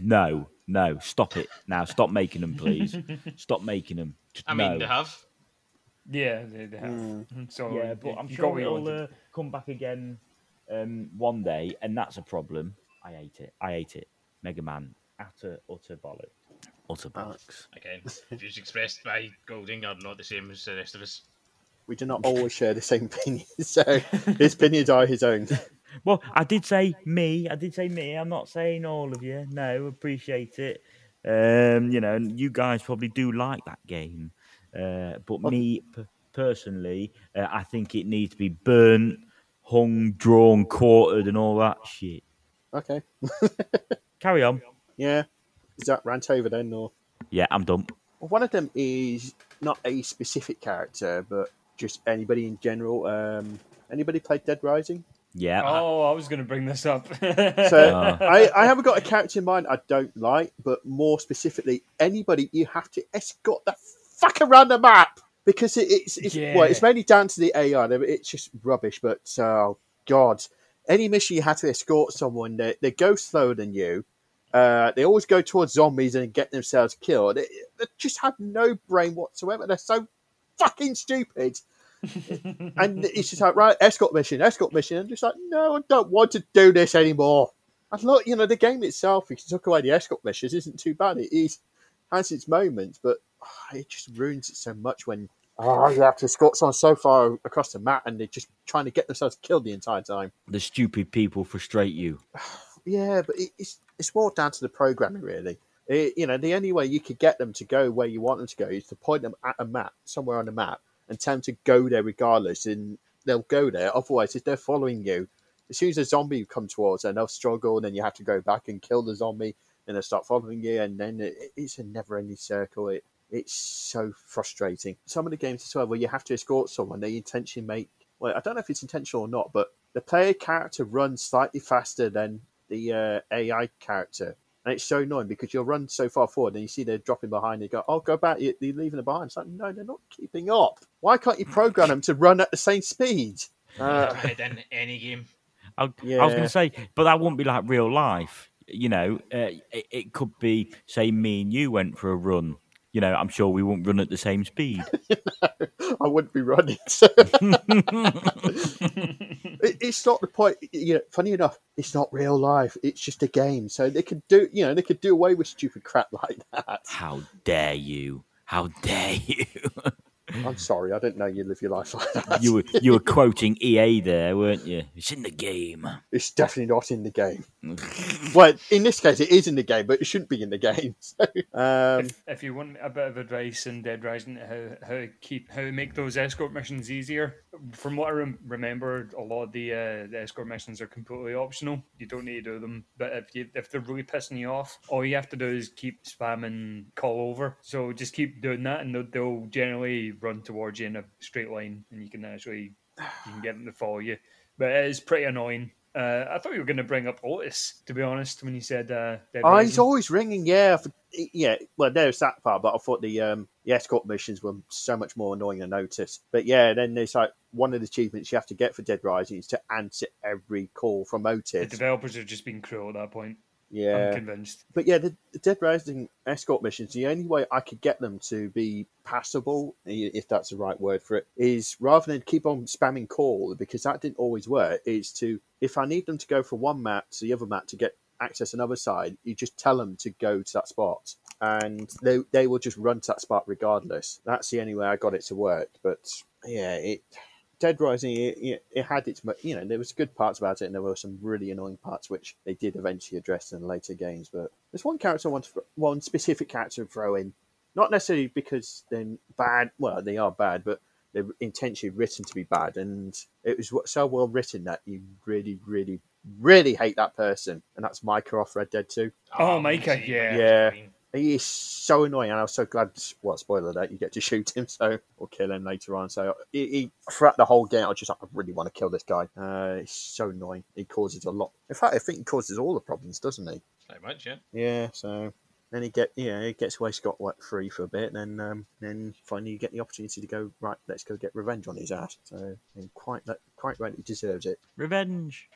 A: no, no, stop it now. Stop making them, please. Stop making them. Just
C: I mean,
A: no.
C: they have.
B: Yeah, they, they have. So
A: Mm. Yeah,
B: you-
A: but I'm
B: you got
A: sure uh,
B: what you
A: it'll
B: wanted.
A: uh, come back again um, one day, and that's a problem. I hate it. I hate it. Mega Man, utter utter bollock, utter bollocks.
C: Again, views expressed by Golding are not the same as the rest of us.
D: We do not always share the same opinions, so his opinions are his own.
A: Well, I did say me. I did say me. I'm not saying all of you. No, appreciate it. Um, you know, and you guys probably do like that game, uh, but me p- personally, uh, I think it needs to be burnt, hung, drawn, quartered, and all that shit.
D: Okay.
A: Carry on.
D: Yeah. Is that rant over then, or?
A: Yeah, I'm done.
D: Well, one of them is not a specific character, but just anybody in general. Um, anybody played Dead Rising?
A: Yeah.
B: Oh, I was going to bring this up.
D: So
A: Ah.
D: I, I haven't got a character in mind I don't like, but more specifically, anybody you have to escort the fuck around the map because it, it's it's,
B: Yeah.
D: well, it's mainly down to the AI. though, It's just rubbish. But oh god, any mission you have to escort someone, they, they go slower than you. Uh, they always go towards zombies and get themselves killed. They, they just have no brain whatsoever. They're so fucking stupid. and it's just like, right, escort mission, escort mission. I'm just like, no, I don't want to do this anymore. And look, you know, the game itself, if you took away the escort missions, isn't too bad. It is, has its moments, but ah, it just ruins it so much when oh, you have to escort someone so far across the map and they're just trying to get themselves killed the entire time.
A: the stupid people frustrate you.
D: Yeah, but it, it's it's more down to the programming, really. It, you know, the only way you could get them to go where you want them to go is to point them at a map, somewhere on the map, and tell them to go there regardless, and they'll go there. Otherwise, if they're following you, as soon as a zombie comes towards them, they'll struggle, and then you have to go back and kill the zombie, and they'll start following you, and then it, it's a never-ending circle. It, it's so frustrating. Some of the games as well, where you have to escort someone, they intentionally make. Well, I don't know if it's intentional or not, but the player character runs slightly faster than the uh, AI character, and it's so annoying because you'll run so far forward, and you see they're dropping behind. You go, "Oh, go back! you- You're leaving them behind." It's like, no, they're not keeping up. Why can't you program them to run at the same speed? Uh,
C: Head in any game.
A: I, I was going
D: Yeah.
A: to say, but that wouldn't be like real life. You know, uh, it, it could be, say, me and you went for a run. You know, I'm sure we wouldn't run at the same speed.
D: I wouldn't be running. So. It- it's not the point. You know, funny enough, it's not real life. It's just a game. So they could do, you know, they could do away with stupid crap like that.
A: How dare you? How dare you?
D: I'm sorry, I didn't know you live your life like that.
A: you were you were quoting EA there, weren't you? It's in the game.
D: It's definitely not in the game. well, in this case, it is in the game, but it shouldn't be in the game. So, um,
B: if, if you want a bit of advice in Dead Rising, how how to keep how to make those escort missions easier. From what I rem- remember, a lot of the, uh, the escort missions are completely optional. You don't need to do them. But if you if they're really pissing you off, all you have to do is keep spamming call over. So just keep doing that, and they'll, they'll generally run towards you in a straight line, and you can actually you can get them to follow you. But it is pretty annoying. Uh, I thought you were going to bring up Otis, to be honest, when you said uh, Dead
D: oh,
B: Rising.
D: he's always ringing. Yeah, for, yeah. Well, there's that part, but I thought the um, the escort missions were so much more annoying than Otis. But yeah, then there's like one of the achievements you have to get for Dead Rising is to answer every call from
B: the
D: Otis.
B: developers are just being cruel at that point.
D: Yeah.
B: I'm convinced.
D: but yeah, the, the Dead Rising escort missions, the only way I could get them to be passable, i- if that's the right word for it, is rather than keep on spamming call, because that didn't always work, is to, if I need them to go from one map to the other map to get access another side, you just tell them to go to that spot. And they, they will just run to that spot regardless. That's the only way I got it to work. But yeah, it. Dead Rising, it, it- it had its, mo- you know, there was good parts about it, and there were some really annoying parts which they did eventually address in later games. But there's one character, I want to, thro- one specific character to throw in, not necessarily because they're bad. Well, they are bad, but they're intentionally written to be bad, and it was w- so well written that you really, really, really hate that person, and that's Micah off Red Dead Two.
B: Oh, Micah,
C: see,
B: yeah.
D: Yeah.
C: Micah's
D: He is so annoying, and I was so glad. Well, spoiler that you get to shoot him, so or kill him later on. So he, he throughout the whole game, I was just like, I really want to kill this guy. Uh, it's so annoying. He causes a lot. In fact, I think he causes all the problems, doesn't he?
C: Pretty much, yeah.
D: Yeah. So then he get yeah he gets away scot what, free for a bit, then um, then finally you get the opportunity to go right. Let's go get revenge on his ass. So and quite quite right, he deserves it.
A: Revenge.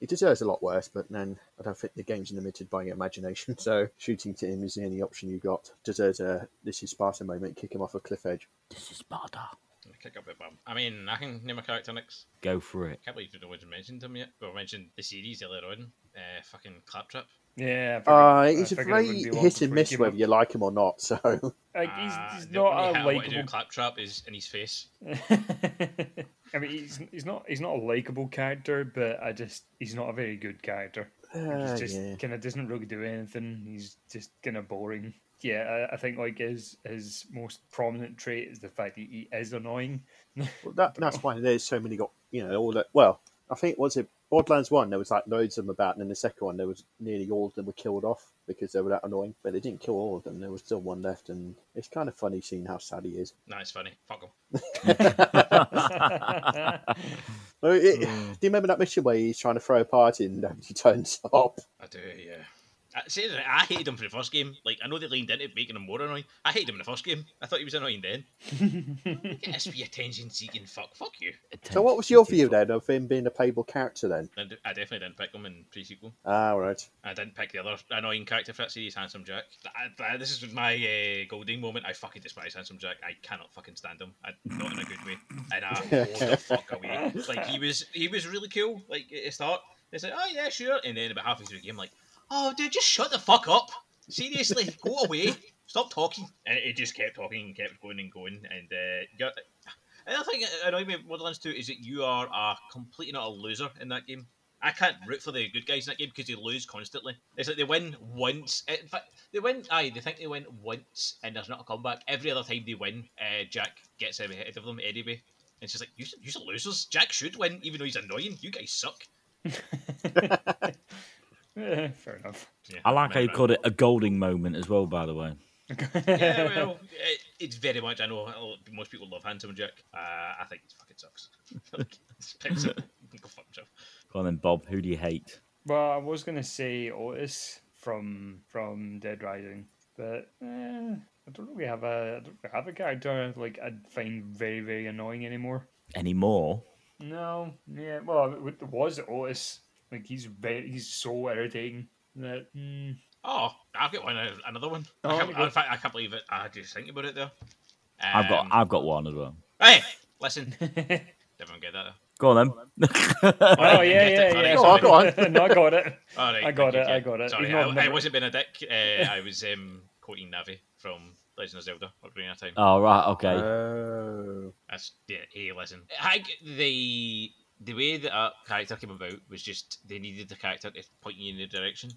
D: He deserves a lot worse, but then I don't think the game's limited by your imagination, so shooting to him is the only option you got. Deserves a this is Sparta moment, kick him off a cliff edge.
A: This is Sparta.
C: Like kick up the bum. I mean, I can name a character next.
A: Go for it.
C: Can't believe no one's mentioned him yet. Well, I mentioned the series earlier on. Uh, fucking Claptrap.
B: Yeah, I figured-
D: Uh,
B: I
D: he's a
B: figured it
D: very
B: wouldn't be long
D: hit and
B: before he
D: miss
B: came
D: whether
B: up.
D: you like him or not. So
B: Like, he's,
C: Ah,
B: he's
C: the only
B: not
C: hit
B: a
C: I want to do
B: likable.
C: Claptrap is in his face.
B: I mean, he's, he's not he's not a likable character, but I just he's not a very good character.
D: uh,
B: he's just
D: yeah.
B: kind of doesn't really do anything. He's just kind of boring. Yeah, I, I think like his his most prominent trait is the fact that he is annoying.
D: Well, that, that's why there's so many got you know all that. Well, I think was it Borderlands one there was like loads of them about, and then the second one there was nearly all of them were killed off because they were that annoying. But they didn't kill all of them. There was still one left, and it's kind of funny seeing how sad he is.
C: Nah, it's funny. Fuck him.
D: Oh, it- Do you remember that mission where he's trying to throw a party and nobody turns up?
C: I do, yeah. I, see, I hated him for the first game. Like, I know they leaned into making him more annoying. I hated him in the first game. I thought he was annoying then. Look at this wee attention-seeking fuck. Fuck you.
D: So, what was your view then of him being a playable character then?
C: I d- I definitely didn't pick him in pre-sequel.
D: Ah, right.
C: I didn't pick the other annoying character for that series, Handsome Jack. I, I, this is my uh, golden moment. I fucking despise Handsome Jack. I cannot fucking stand him. I, not in a good way. And I blow the fuck away. Like he was, he was really cool. Like at the start, they said, "Oh yeah, sure," and then about halfway through the game, like, "Oh dude, just shut the fuck up. Seriously, go away. Stop talking." And it just kept talking and kept going and going. And uh, got, another thing that annoyed me with Borderlands 2 is that you are a completely not a loser in that game. I can't root for the good guys in that game because they lose constantly. It's like they win once. In fact, they win. Aye, they think they win once, and there's not a comeback. Every other time they win, uh, Jack gets ahead of them anyway. And she's like, "You, you're losers. Jack should win, even though he's annoying. You guys suck."
B: Eh, Fair enough.
C: Yeah,
A: I like how you
C: remember
A: called it a Golding moment as well. By the way,
C: yeah, well, it, it's very much. I know uh, most people love Handsome Jack. Uh, I think it fucking sucks. Like, it's pixel. Go fuck yourself.
A: go on then, Bob. Who do you hate?
B: Well, I was gonna say Otis from from Dead Rising, but eh, I don't really have a I don't really have a character like I'd find very very annoying anymore.
A: Anymore?
B: No, yeah, well, it was Otis. Like he's very he's so irritating that mm,
C: Oh, I've got one. uh, Another one.
B: Oh,
C: I can't,
B: you go.
C: in fact, I can't believe it. I just think about it there.
A: I've got
C: Um,
A: I've got one as well.
C: Hey, listen. Everyone get that?
A: Go on then.
B: Oh
C: you
B: yeah,
C: get
B: yeah, yeah.
C: it, Alex, I
D: Go on,
B: no, I got it.
C: All right,
B: I got
C: you
B: it, I
C: get-
B: got it.
C: Sorry,
B: You've not
C: I, I
B: never-
C: wasn't being a dick. Uh, I was um, quoting Navi from Legend of Zelda Ocarina of Time.
A: oh right, okay.
D: Oh.
C: That's yeah, hey, listen. I g- the the way that that character came about was just they needed the character to point you in the direction,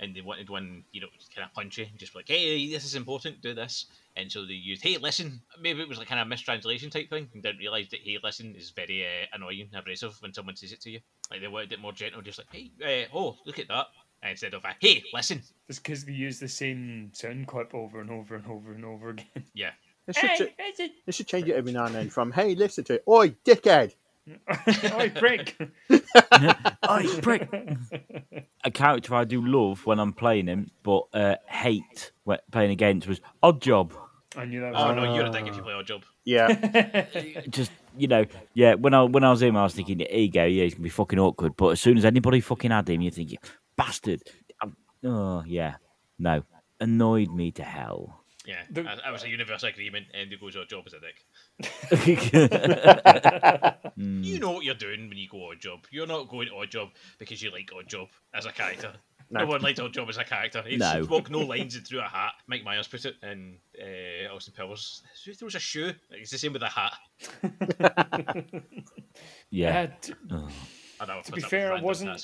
C: and they wanted one you know kind of punchy, just like hey, this is important, do this. And so they used hey, listen. Maybe it was like kind of mistranslation type thing, and didn't realize that hey, listen is very uh, annoying, and abrasive when someone says it to you. Like they wanted it more gentle, just like hey, uh, oh, look at that, instead of a hey, listen.
B: It's because they use the same sound clip over and over and over and over again.
C: Yeah,
D: They should, ju-
B: is it?
D: they should change it every now and then from, hey, listen to it, oi, dickhead.
B: Oi, prick!
A: Oi, prick. a character I do love when I'm playing him, but uh, hate when playing against was Odd Job.
B: I knew that was.
C: Oh
B: coming.
C: no, you're a dick
B: Uh,
C: if you play odd job.
D: Yeah.
A: Just you know, yeah. When I when I was him, I was thinking, there you go, yeah, he's gonna be fucking awkward. But as soon as anybody fucking had him, you think, you bastard. Um, oh yeah, no, annoyed me to hell.
C: Yeah,
B: The-
C: that that was a universal agreement, and he goes odd job as a dick.
B: Hmm.
C: You know what you're doing when you go odd job. You're not going odd job because you like odd job as a character. No, one likes odd job as a character. It's
A: No.
C: walk no lines and through a hat. Mike Myers put it, and uh, Austin Powers who throws a shoe. Like, It's the same with a hat.
A: yeah,
B: Uh, t-
C: I know,
B: to be fair, I wasn't. I-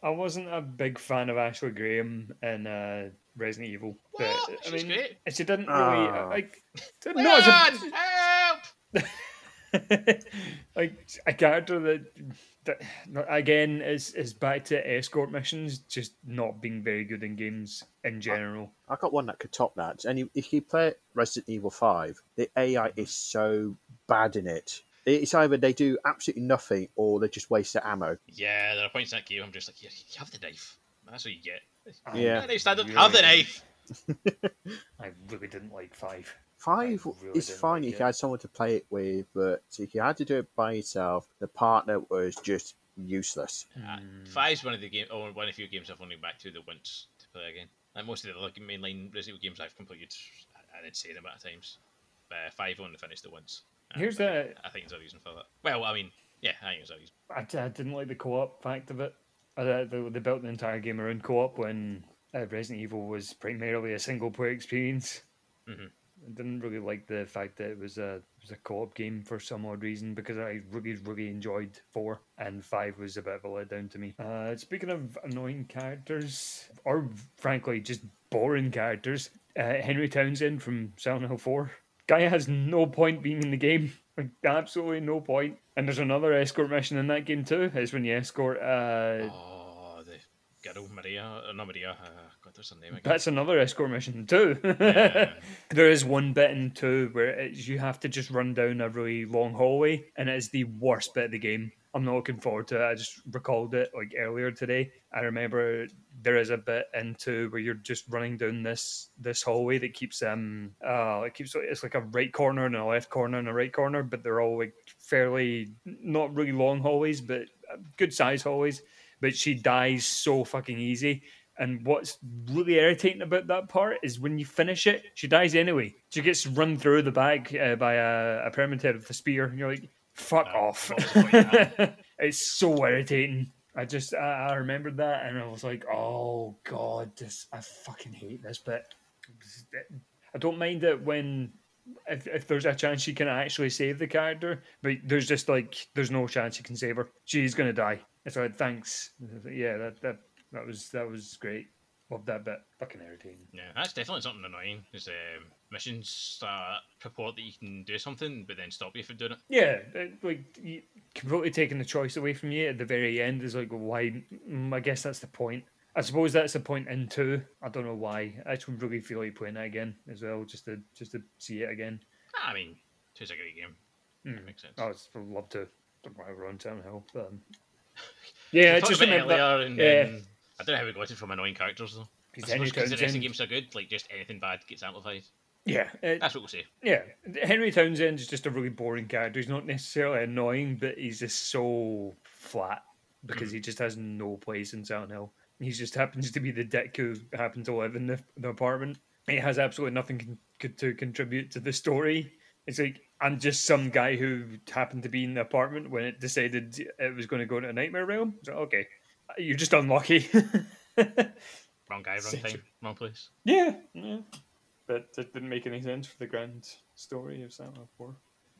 B: I wasn't a big fan of Ashley Graham in uh, Resident Evil.
C: What?
B: I
C: She's
B: mean,
C: great.
B: she didn't really
D: Ah.
B: like.
C: No,
B: No, it's a,
C: help!
B: like a character that, that no, again is is back to escort missions, just not being very good in games in general.
D: I got one that could top that. And you- if you play Resident Evil 5, the AI is so bad in it. It's either they do absolutely nothing or they just waste their ammo.
C: Yeah, there are points in that game. I'm just like, yeah, you have the knife. That's what you get.
D: Ah. Yeah.
C: They stand up, have the knife.
B: Um, I really didn't like five.
D: Five
B: I really
D: is
B: didn't
D: fine
B: like
D: if
B: it.
D: you had someone to play it with, but if you had to do it by yourself, the partner was just useless.
C: Uh,
B: Hmm.
C: Five's one of the game, or one of the few games I've only back to the once to play again. Like most of the other mainline Resident Evil games I've completed an insane amount of times. But uh, five only finished it once.
B: Here's
C: I
B: the.
C: think- I think there's a reason for that. Well, I mean, yeah, I think there's a reason.
B: I, d- I didn't like the co-op fact of it. Uh, they- they, they built the entire game around co-op when uh, Resident Evil was primarily a single-player experience.
C: Mhm.
B: I didn't really like the fact that it was a it was a co-op game for some odd reason because I really really enjoyed four and five was a bit of a letdown to me. Uh, speaking of annoying characters, or frankly just boring characters, uh, Henry Townsend from Silent Hill Four guy has no point being in the game. Like, absolutely no point. And there's another escort mission in that game too. Is when you escort. Uh,
C: Oh, the girl Maria, uh, not Maria. Uh, God, what's her name again?
B: That's another escort mission too.
C: Yeah.
B: there is one bit in two where it's, you have to just run down a really long hallway, and it is the worst bit of the game. I'm not looking forward to it. I just recalled it like earlier today. I remember there is a bit in two where you're just running down this this hallway that keeps um uh it keeps it's like a right corner and a left corner and a right corner, but they're all like fairly not really long hallways, but uh, good size hallways. But she dies so fucking easy. And what's really irritating about that part is when you finish it, she dies anyway. She gets run through the back uh, by a, a permitter with a spear. And you're like, fuck
C: Uh,
B: off.
C: what was the point of
B: it's so irritating. I just, I, I remembered that and I was like, oh God, this, I fucking hate this bit. I don't mind it when, if, if there's a chance she can actually save the character, but there's just like, there's no chance you can save her. She's going to die. It's like, thanks. Yeah, that, that, that was, that was great. Love that bit. Fucking irritating.
C: Yeah, that's definitely something annoying. Is um, missions that purport that you can do something, but then stop you from doing it.
B: Yeah, it- like you, completely taking the choice away from you at the very end is like why. Mm, I guess that's the point. I suppose that's the point in two. I don't know why. I just really feel like playing that again as well, just to just to see it again. Hmm. Oh,
C: I mean, two's a great game. That makes sense.
B: I would still love to. Don't know why we're on Town Hill. But, um, yeah, I just remember that.
C: and
B: yeah.
C: then- I don't know how we got it from annoying characters though. I
B: Because Henry
C: suppose 'cause the rest of
B: Townsend-
C: the games are good, like just anything bad gets amplified.
B: Yeah, it-
C: That's what we'll say.
B: yeah. Henry Townsend is just a really boring character. He's not necessarily annoying, but he's just so flat because he just has no place in Silent Hill. He just happens to be the dick who happened to live in the, the apartment. He has absolutely nothing con- con- to contribute to the story. It's like I'm just some guy who happened to be in the apartment when it decided it was going to go to a nightmare realm. So, okay, you're just unlucky.
C: Wrong guy, wrong
B: Such a-
C: time, wrong place.
B: Yeah, yeah. But it didn't make any sense for the grand story of Silent Hill 4.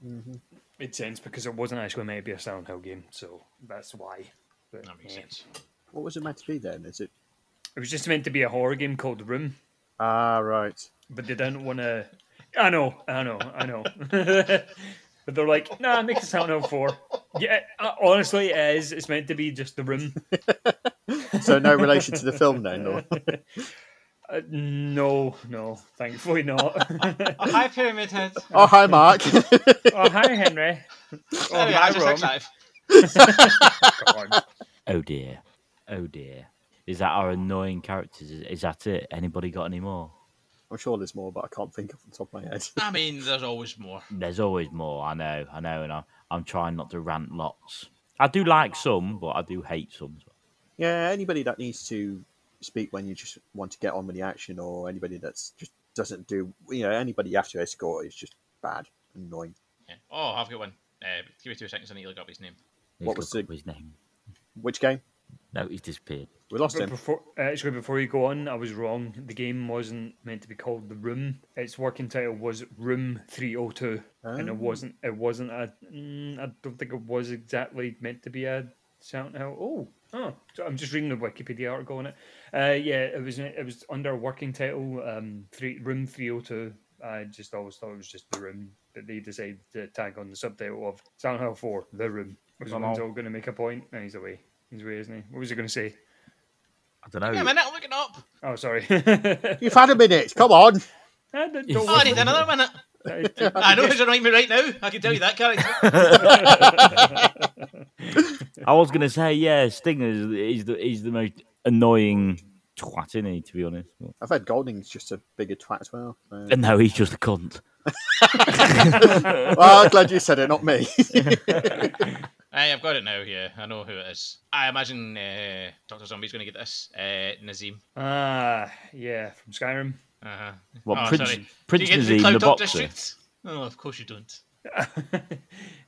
B: Mm-hmm. Made sense because it wasn't actually meant to be a Silent Hill game, so that's why. But,
C: That makes
B: yeah.
C: sense.
D: What was it meant to be then? Is it?
B: It was just meant to be a horror game called The Room,
D: Ah, right.
B: but they didn't want to. I know, I know, I know. but they're like, nah, make a Silent Hill 4. Yeah, uh, honestly, it is. It's meant to be just The Room.
D: So no relation to the film then, or
B: Uh, no, no, thankfully not.
C: Oh, hi, Pyramid Head. oh,
D: oh hi Mark.
B: oh, hi, Henry. Oh, hi, Rome. God.
A: Oh dear. Oh dear. Is that our annoying characters? Is, is that it? Anybody got any more?
D: I'm sure there's more, but I can't think off the top of my head.
C: I mean, there's always more.
A: There's always more. I know. I know. And I'm, I'm trying not to rant lots. I do like some, but I do hate some. as well.
D: Yeah, anybody that needs to speak when you just want to get on with the action, or anybody that's just doesn't do, you know, anybody you have to escort is just bad, annoying.
C: Yeah. Oh, I've got one. Uh, give me two seconds. I need to look up his name.
A: He's
D: What was
A: looked up
D: the-
A: his name?
D: Which game?
A: No, he's disappeared.
D: We lost
B: But
D: him.
B: before, uh, actually, before you go on, I was wrong. The game wasn't meant to be called The Room. Its working title was Room Three Hundred Two, and
D: Oh.
B: it wasn't. It wasn't a. Mm, I don't think it was exactly meant to be a Silent Hill. Oh, oh! So I'm just reading the Wikipedia article on it. Uh, yeah, it was. It was under working title um, three Room Three Hundred Two. I just always thought it was just The Room, but they decided to tag on the subtitle of Silent Hill Four: The Room. Was
A: Hello.
B: Lonzo going to make a point? No, he's away. He's away, isn't he? What was he going to say?
A: I don't know.
C: Wait a minute, I'm looking up.
B: Oh, sorry. I
D: You've had a minute. Come on.
B: don't don't
C: Oh, I
B: want
C: need another minute.
B: to-
C: I know who's annoying me right now. I can tell you that character.
A: I was gonna say, yeah, Stinger is, is the is the most annoying twat in it, to be honest. But-
D: I've heard Golding's just a bigger twat as well. so-
A: And no, he's just a cunt.
D: well, I'm glad you said it, not me.
C: Aye, I've got it now. Yeah, I know who it is. I imagine uh, Doctor Zombie's going to get this. Uh, Nazim.
B: Ah, yeah, from Skyrim.
C: Uh-huh.
A: What
C: oh,
A: Prince
C: sorry.
A: Prince
C: Do you get
A: Nazim,
C: the
A: the
C: Cloud Doctor
A: boxer?
C: Street? Oh, of course you don't.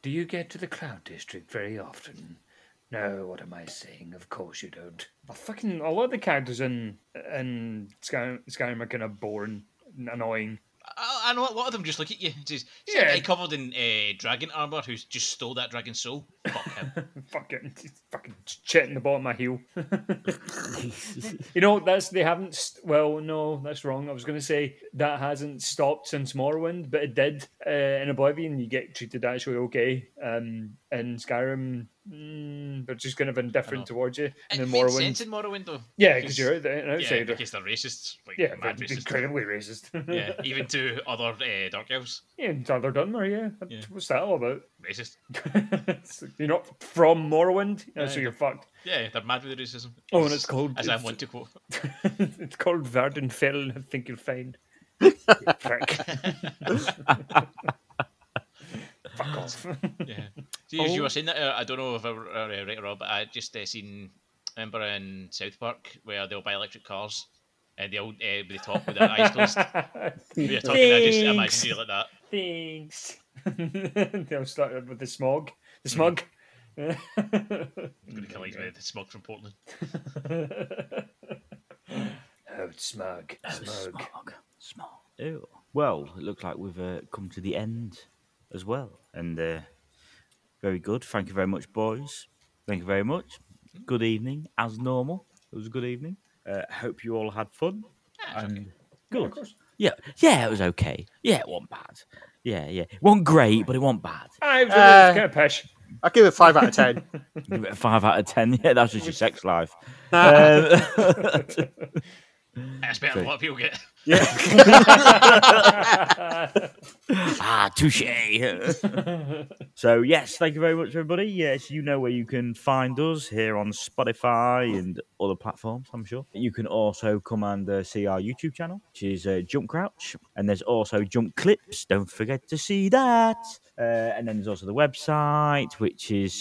B: Do you get to the Cloud District very often? No, what am I saying? Of course you don't. Well, fucking a lot of the characters in in Skyrim, Skyrim are kind of boring, and annoying.
C: I, I know a lot of them just look at you. It's, just- it's
B: Yeah.
C: a guy covered in uh, dragon armor who's just stole that dragon's soul. Fuck him.
B: Fucking, fucking shit in the bottom of my heel. You know, that's they haven't. St- well, no, that's wrong. I was going to say that hasn't stopped since Morrowind, but it did uh, in Oblivion. You get treated actually okay. Um, in Skyrim, mm, they're just kind of indifferent towards you. And
C: it
B: in
C: makes
B: Morrowind,
C: sense in Morrowind though.
B: yeah, because you're out- an
C: yeah,
B: outsider.
C: because they're racists. Like,
B: Yeah,
C: mad
B: they're
C: racists.
B: incredibly racist.
C: yeah, even to other uh, dark elves,
B: yeah, and Tyler Dunmore, yeah.
C: Yeah.
B: What's that all about?
C: racist.
B: It's- you're not from Morrowind, uh, so
C: Yeah.
B: you're fucked.
C: Yeah, they're mad with racism.
B: Oh, and it's called-
C: as I
B: it's-
C: want to quote.
B: it's called Vardenfell. I think you'll find. prick. Fuck off.
C: Yeah. See, as you were saying that, uh, I don't know if I were uh, right or wrong, but I just uh, seen, remember in South Park where they'll buy electric cars and they'll uh, they talk with their eyes closed. You're talking, I just
B: Thanks.
C: imagine you like that.
B: Thanks. Hmm. They'll start with the smog. The smug.
C: I'm going to kill you with the smog from Portland.
B: Oh, it's smug. Smug.
A: Ew. Well, it looks like we've uh, come to the end as well. And uh, very good. Thank you very much, boys. Thank you very much. Good evening, as normal. It was a good evening. Uh, hope you all had fun. And good. Yeah, yeah, it was okay. Yeah, it wasn't bad. Yeah, yeah. It wasn't great, but it wasn't bad.
B: I was
D: Uh,
B: kind of pish.
D: I give it five out of ten.
A: Give it a five out of ten. Yeah, that's just your sex life. Um,
C: That's better than what people get.
A: Ah, touche. so, yes, thank you very much, everybody. Yes, you know where you can find us here on Spotify and other platforms, I'm sure. You can also come and uh, see our YouTube channel, which is uh, Jump Crouch. And there's also Jump Clips. Don't forget to see that. Uh, and then there's also the website, which is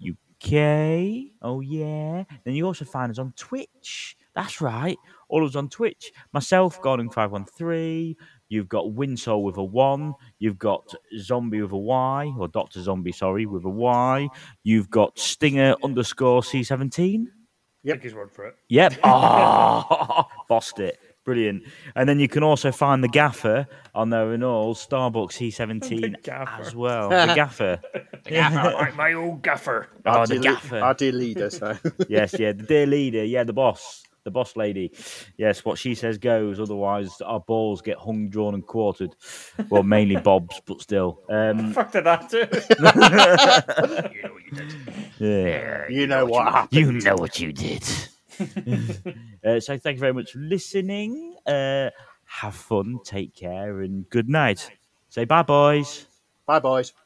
A: city-17.co.uk. Oh, yeah. Then you also find us on Twitch. That's right. All of us on Twitch. Myself, Garden513. You've got Winsoul with a one. You've got Zombie with a Y, or Doctor Zombie, sorry, with a Y. You've got Stinger underscore C17.
B: Take his word for it.
A: Yep. Oh, bossed it. Brilliant. And then you can also find the gaffer on there and all, Starbucks C17
B: The gaffer.
A: as well. The gaffer.
B: Like my old gaffer.
A: Oh, the
D: Dear-
A: gaffer.
D: Our dear leader, so
A: yes, yeah, the dear leader, yeah, the boss, the boss lady. Yes, what she says goes. Otherwise, our balls get hung, drawn, and quartered. Well, mainly Bob's, but still. Um,
B: Fuck did that too.
C: You know what you did.
A: yeah,
D: you know what happened.
A: you know what you did. uh, so, thank you very much for listening. Uh, have fun, take care, and good night. Say bye, boys.
D: Bye, boys.